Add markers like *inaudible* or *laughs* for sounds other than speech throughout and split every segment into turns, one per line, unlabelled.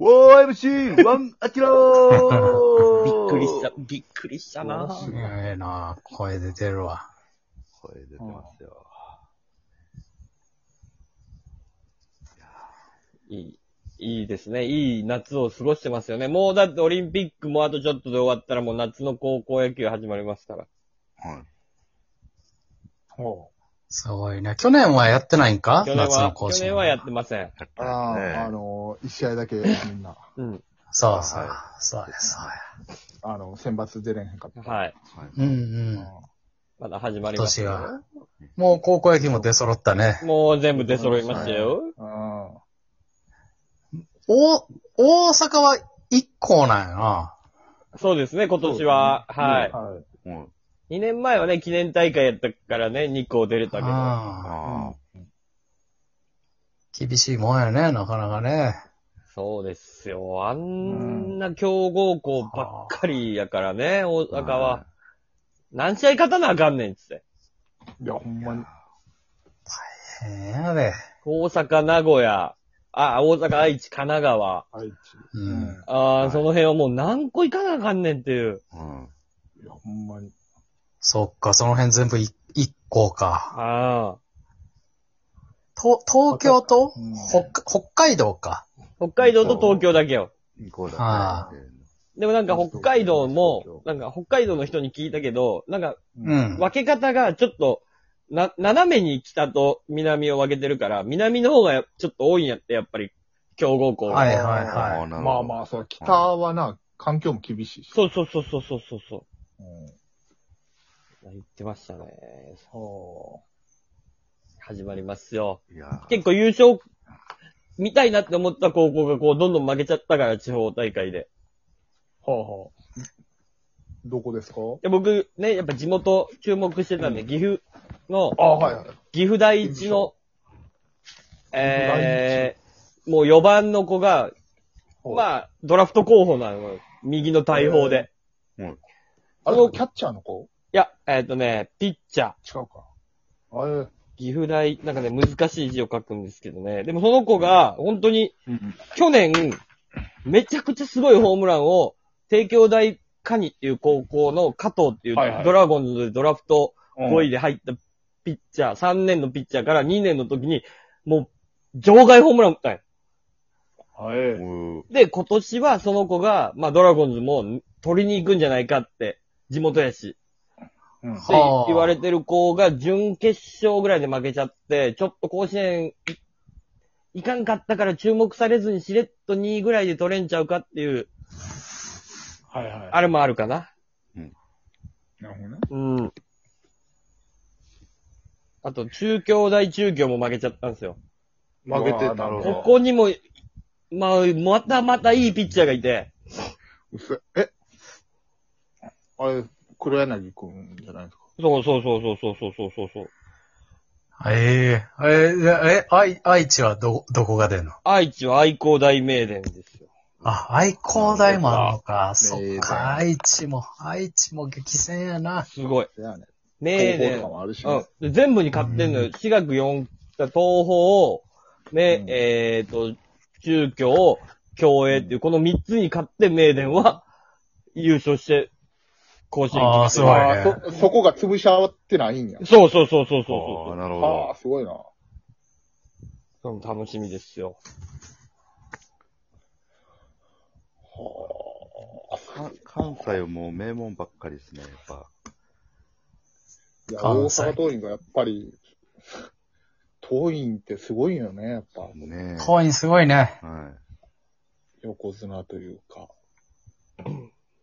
OMC! ワンアキラー
*laughs* びっくりした。、びっくりした
素晴
な
らし
すげえな声出てるわ。
声出てますよ。
いい、いいですね。いい夏を過ごしてますよね。もうだってオリンピックもあとちょっとで終わったらもう夏の高校野球始まりますから。
はい。
お
すごいね。去年はやってないんか
去年
夏の
は、
甲
去
子園。
年はやってません。
ああ、あの、一試合だけみんな、
うん。
そうそう
はい。
そうや、そう
あの、選抜出れへんかった。
はい。
や。うん
う
うん。
まだ始ま
今
りませ
年
ん。
は。もう高校野球も出揃ったね。
もう全部出揃いましたよ。
ん。うん。
お、大阪は一校なんやな。
そうですね、今年は。は
はい。
うん。
い。2年前はね、記念大会やったからね、2校出れたけど。
ああ
あ
厳しいもんやね、なかなかね。
そうですよ。あんな強豪校ばっかりやからね、大
あ。
阪は。。何試合勝たなあかんねんっつって。
いや、ほんまに。
へえやで。
大阪、名古屋、あ、大阪、愛知、神奈川。
愛知。
う。。
うん
あー
はい
その辺はもう何個行かなあかんねんっていう。
うん。
いや、ほんまに。
そっか、その辺全部い一校か。
あ
と、東京と
うん
北北海道か。
あ。北海道と東京だけよ。
二校だ
はあ
でもなんか北海
そ
道
う
も、なんか北海道の人に聞いたけど、なんか
う。ん。
分け方がちょっと、な、斜めに北と南を分けてるから、南の方がちょっと多いんやって、やっぱり、強豪校。
はいはい
あ
は
あ、
い。
なるほど。
まあまあ、そう、北はな、環境も厳しいし。
そうそうそうそうそうそうそう。
うん。
言ってましたね。
そ
始まりますよ。
いや、
結構優勝、見たいなって思った高校がこう、どんどん負けちゃったから、地方大会で。
う。はあはあ。どこですか
で僕、ね、やっぱ地元注目してたんで、岐阜の、
あ、はいはい。
岐阜第一の、えー、もう4番の子が、まあ、ドラフト候補なのよ。右の大砲で。
あれ、キャッチャーの子
いや、えっ、とね、ピッチャー。
違うか。あれ、
岐阜大、なんかね、難しい字を書くんですけどね。でもその子が、本当に、
うん
去年、めちゃくちゃすごいホームランを、帝京大カニっていう高校の加藤っていう、
はいはい
ドラゴンズでドラフト5位で入ったピッチャー、3年のピッチャーから2年の時に、もう、場外ホームラン打ったんよ
あ
う
れ、
ん。
で、今年はその子が、まあドラゴンズも取りに行くんじゃないかって、地元やし、
うん。
って
はあ
言われてる子が準決勝ぐらいで負けちゃって、ちょっと甲子園いいかんかったから注目されずにしれっと2位ぐらいで取れんちゃうかっていう、
はいはい。
あれもあるかな。
なるほどね。
うん。あと、中京大中京も負けちゃったんですよ。
負けてたろう
ここにも、まあ、またまたいいピッチャーがいて、
うっせえあれ、黒柳くんじゃないですか。
そうそうそうそうそうそうそうそう。
えええええ、愛、愛知はど、どこが出んの
愛知は愛工大名電ですよ。
あ、愛工大もあるのか。そっ
名
か、
大
愛知も、愛知も激戦やな。
すごい。
いやね。
名
高校
電
とか。もあるし、
うん
ね。
で。全部に勝ってんのよ。私学4、東宝、ね、
うん
えっ、と、中京、競泳っていう、この3つに勝って名電は優勝して、甲子園
あー
来て
すごいね
あーそ、そこが潰し合わってないんや。
そうそうそうそうそうそう
ああ、。なるほ
あ
ど。
あ、すごいな。
そう楽しみですよ。
か関西はもう名門ばっかりですね、やっぱ。
いや、
関
大
西
阪桐蔭がやっぱり、桐蔭ってすごいよね、やっぱ。
ね
コインすごいね。
え。は
横綱というか。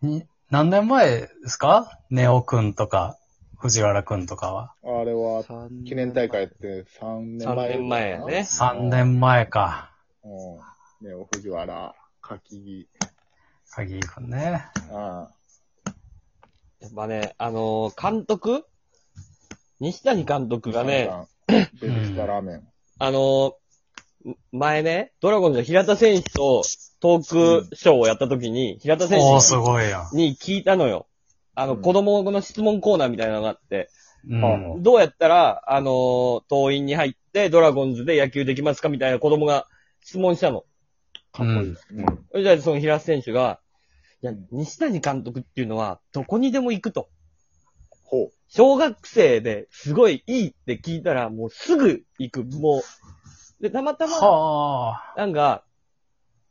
に何年前ですかネオくんとか、藤原くんとかは。
あれは、
い。
記念大会って3年
3
前。
年前やね。。
3年前か。
うん。ね、藤原、柿木。
鍵井くんね。
あ
やっぱね、あのー監督西谷監督
あ。
がね、
ベビースターラーメン。
あのー前ね、ドラゴンズの平田選手とトークショーをやった時に、平田選
おー、
手
すごいやん。
に聞いたのよ。あの、
うん
子供の質問コーナーみたいなのがあって、
うん。
どうやったら、あのー、党員に入ってドラゴンズで野球できますかみたいな子供が質問したの。
かっこいいです。
うん。
それじゃあ、その平瀬選手が、いや、西谷監督っていうのは、どこにでも行くと。
ほう。
小学生ですごいいいって聞いたら、もうすぐ行く。もう、で、たまたま、
はあ。
なんか、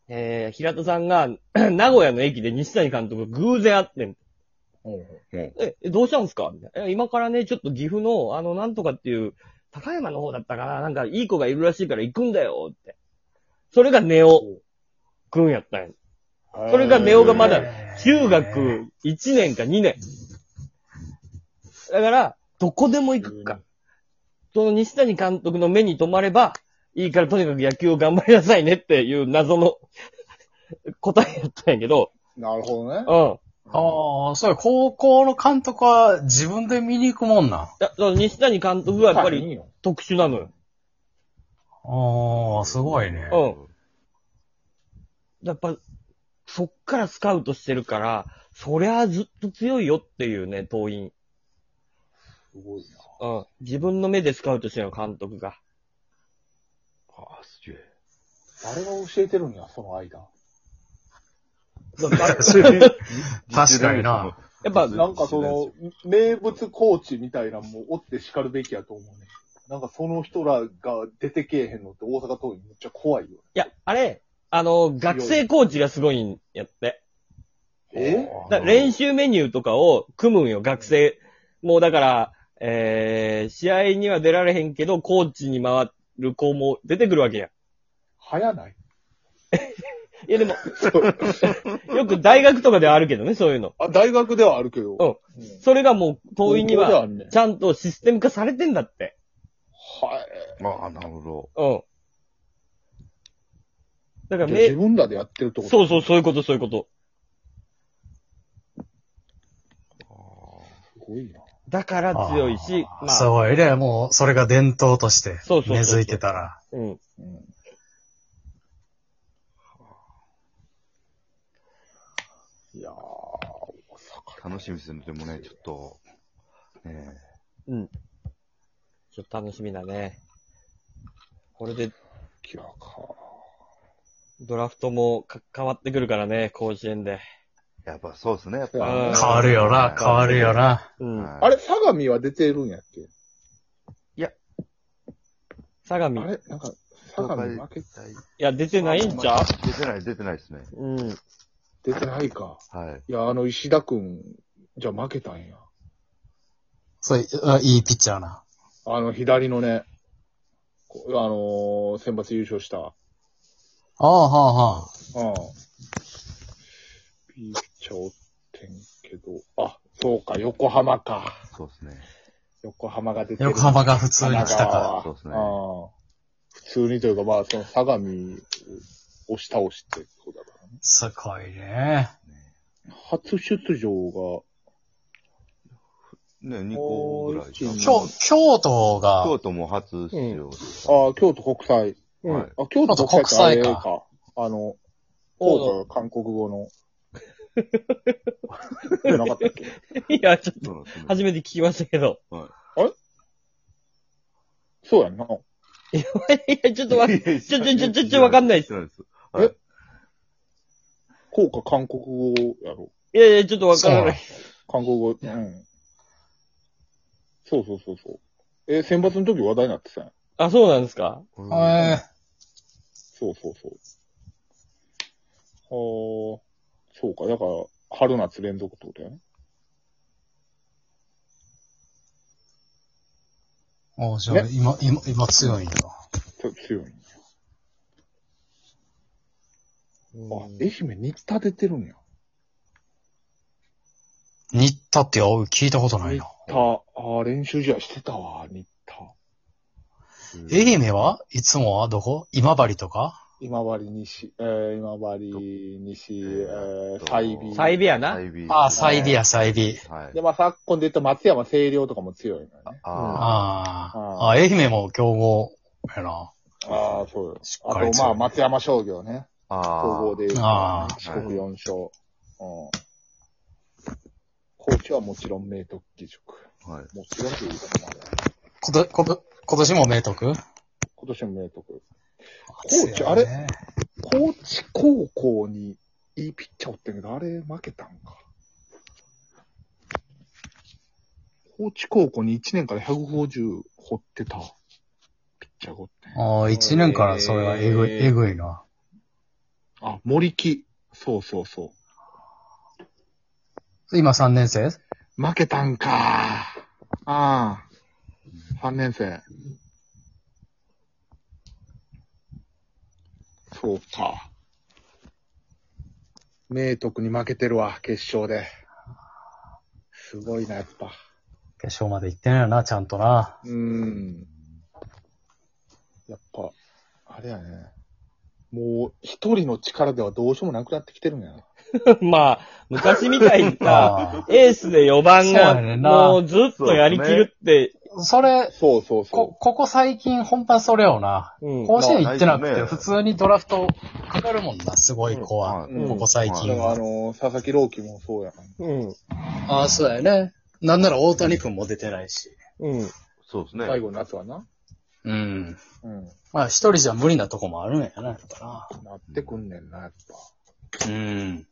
えー、平田さんが、 *clears throat* 名古屋の駅で西谷監督が偶然会ってん。
ほうほう。
え、えどうしたんすかみたいな。え今からね、ちょっと岐阜の、あの、なんとかっていう、高山の方だったかななんか、いい子がいるらしいから行くんだよって。それがネオくんやったんや。それがネオがまだ中学1年か2年。だから、どこでも行く
う
か
ん。
その西谷監督の目に留まれば、いいからとにかく野球を頑張りなさいねっていう謎の答えやったんやけど、
なるほどね。
うん。
ああ、そうや、高校の監督は自分で見に行くもんなん。あ
だその西谷監督はやっぱ
いい
り
よ
特殊なのよ。
あ、すごいね。
うん。やっぱ、そっからスカウトしてるから、そりゃずっと強いよっていうね、党員。
すごい
うん。自分の目でスカウトしてるの監督
*laughs*
が。
ああ、すげえ。
な。誰が教えてるんや、その間。
確かにな。
やっぱ、
なんかその、名物コーチみたいなのもおって叱るべきやと思うね。なんかその人らが出てけえへんのって大阪桐蔭めっちゃ怖いよ。
いや、あれ、あの、学生コーチがすごいんやって。
え
だ練習メニューとかを組むんよ、学生。もうだから、えー、試合には出られへんけど、コーチに回る子も出てくるわけや。
早ない
いやでも、よく大学とかではあるけどね、そういうの。
あ、大学ではあるけど。
うんそれがもう、
高
遠いに
校で
は、
あんねん
ちゃんとシステム化されてんだって。
はい。
ああ、なるほど。
うん。だから、
じゃあ自
め、
分らでやってるってこと
そうそう、そういうこと、そういうこと。
すごいな。
だから強いし、
あー
まあ
す、ごいね。もう、それが伝統として
そうそうそう
根付いてたら。
うん。
うん。いやー、
楽しみですね。でもね、ちょっと、ね
ちょっと楽しみだね。これで
キラか。
ドラフトもか変わってくるからね、甲子園で。
えやっぱそうですね、やっぱ。
うん
変わるよな、変わるよな。
うん。
あ
あ
れ
れ、相模は出てるんやっけ
相
あ
模。い
れなんか、相模負け
や、出てないんちゃ
出てない、出てないですね。
ううん。
出てないか。
はい。
いや、あの、石田くん、じゃあ負けたんや。
そう、あいいピッチャーな。
あの、左のね、こあのー、選抜優勝した。うん。
ああ、はあ、はあ。
ピッチャーおってんけど、あ、そうか、横浜か。
そうですね。
横浜が出てる。
横浜が普通に来たか。
あ
そうですね。
あ普通にというか、まあ、その、相模を押し倒して、そうだからね。
すごいね。
初出場
ね、2個ぐらい。
うん
京、京都が、
京都も初出場です
が、ああ、京都国際。
はい
うん。
あ、京都国際ってあれか。あの、
おう
ポーが韓国語の。なかったっけ
*laughs* いや、ちょっと、
そうですね
初めて聞きましたけど。 *laughs*
そうやんな。
いや、ちょっ
*laughs*
とわ、ちょ、ちょ、ちょ、ちょ、ちょ、わかんないです。
そうなんです。
効果韓国語やろ。
いやいや、ちょっとわからない。
韓国語、うん。そうそうそうそう。えー選抜の時話題になってたやん。
あ、そうなんですか *laughs*
うん
ええ
そうそうそう。ああ、そうか。だから、春夏連続ってことやね。
おじゃあ、今、今、今強いんだ。
ちょ強いんや。あ
う、ん
愛媛新田出てるんや。
新田ってお聞いたことない
新
な。
田。ああ、練習試合してたわ、新田。
愛媛はいつもはどこ今治とか
今治西、えー、今治西、えー、西美。
サイビアな。
サイビ
ああ、
サ
サ
イ
イ
ビ
ビ
ア
ア、サイビ。
はい
で、。まあ、昨今で言った松山清涼とかも強いのよね。
ああ、
あ
あ
あ、愛媛も競合やな。
ああ、そうよ
しっか
あ
り
と、ま
強
あ、
い。
松山商業ね。
あ
高校で言うと
ああ
四国4勝。うん。コーチはもちろん明徳義塾。
はい。
もちろんということもある
こと、こと、今年も明徳
今年も明徳。コーチあれ
強いね
コ高知高校にいいピッチャーおってんけど、あれ負けたんか。高知高校に1年から150掘ってたピッチャーがおってん。
ああ、一年からそれはえぐい、
えー
えぐいな。
あ、森木。そうそうそ
今3年生
う。負けたんか。ああ。3年生。そうか。明徳に負けてるわ、決勝で。すごいな、やっぱ。
決勝まで行ってないよな、ちゃんとな。
うん。やっぱ、あれやね。もう、一人の力ではどうしようもなくなってきてるんやな。
まあ、昔みたいに
*laughs* あ
さ、エースで4番
そうやね
が、
んな
もうずっとやりきるって、
あ。それ、
そうそう
こ、ここ最近本番それよな。
うん
甲子園行ってなく
まあない
て、
ね
普通にドラフトかかるもんな、すごい子は。
うん
ここ最
だ
う
近
からあ
は。
の、佐々木朗希もそうやから
うん。
ああ、そうだよね。なんなら大谷君も出てないし。
うん。
そうですね。
最後の夏はな。
うん。
うん。
まあ一人じゃ無理なとこもあるんやな、やっぱ
なってくんねんな、やっぱ。
な。うん。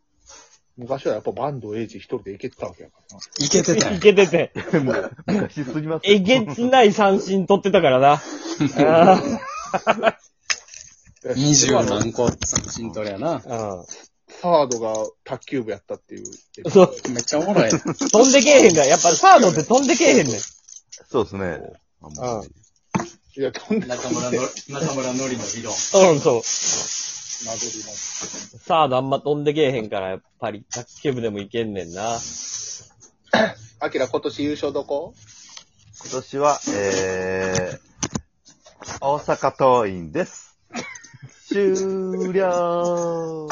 昔はやっぱバンドエイジ一人でいけてたわけやからな。
いけてた
い
よ。
けてて、
昔すぎますよ。
えげつない三振取ってたか
*laughs*
らな。あ
二十何個三振取れやな。
あ
サードが卓球部やったっていう。
うん。そう。
めっちゃおもろい。
飛んでけえへんだ。やっぱサードって飛んでけえへんねん。
そうですね。あんまり
いや、とんでもない。
中村の、中村のりの理論。
うん、そう。
謎にな
サードあんま飛んでけえへんから、やっぱり卓球部でもいけんねんな。
アキラ今年優勝どこ
今年は、えー、大阪桐蔭です。終了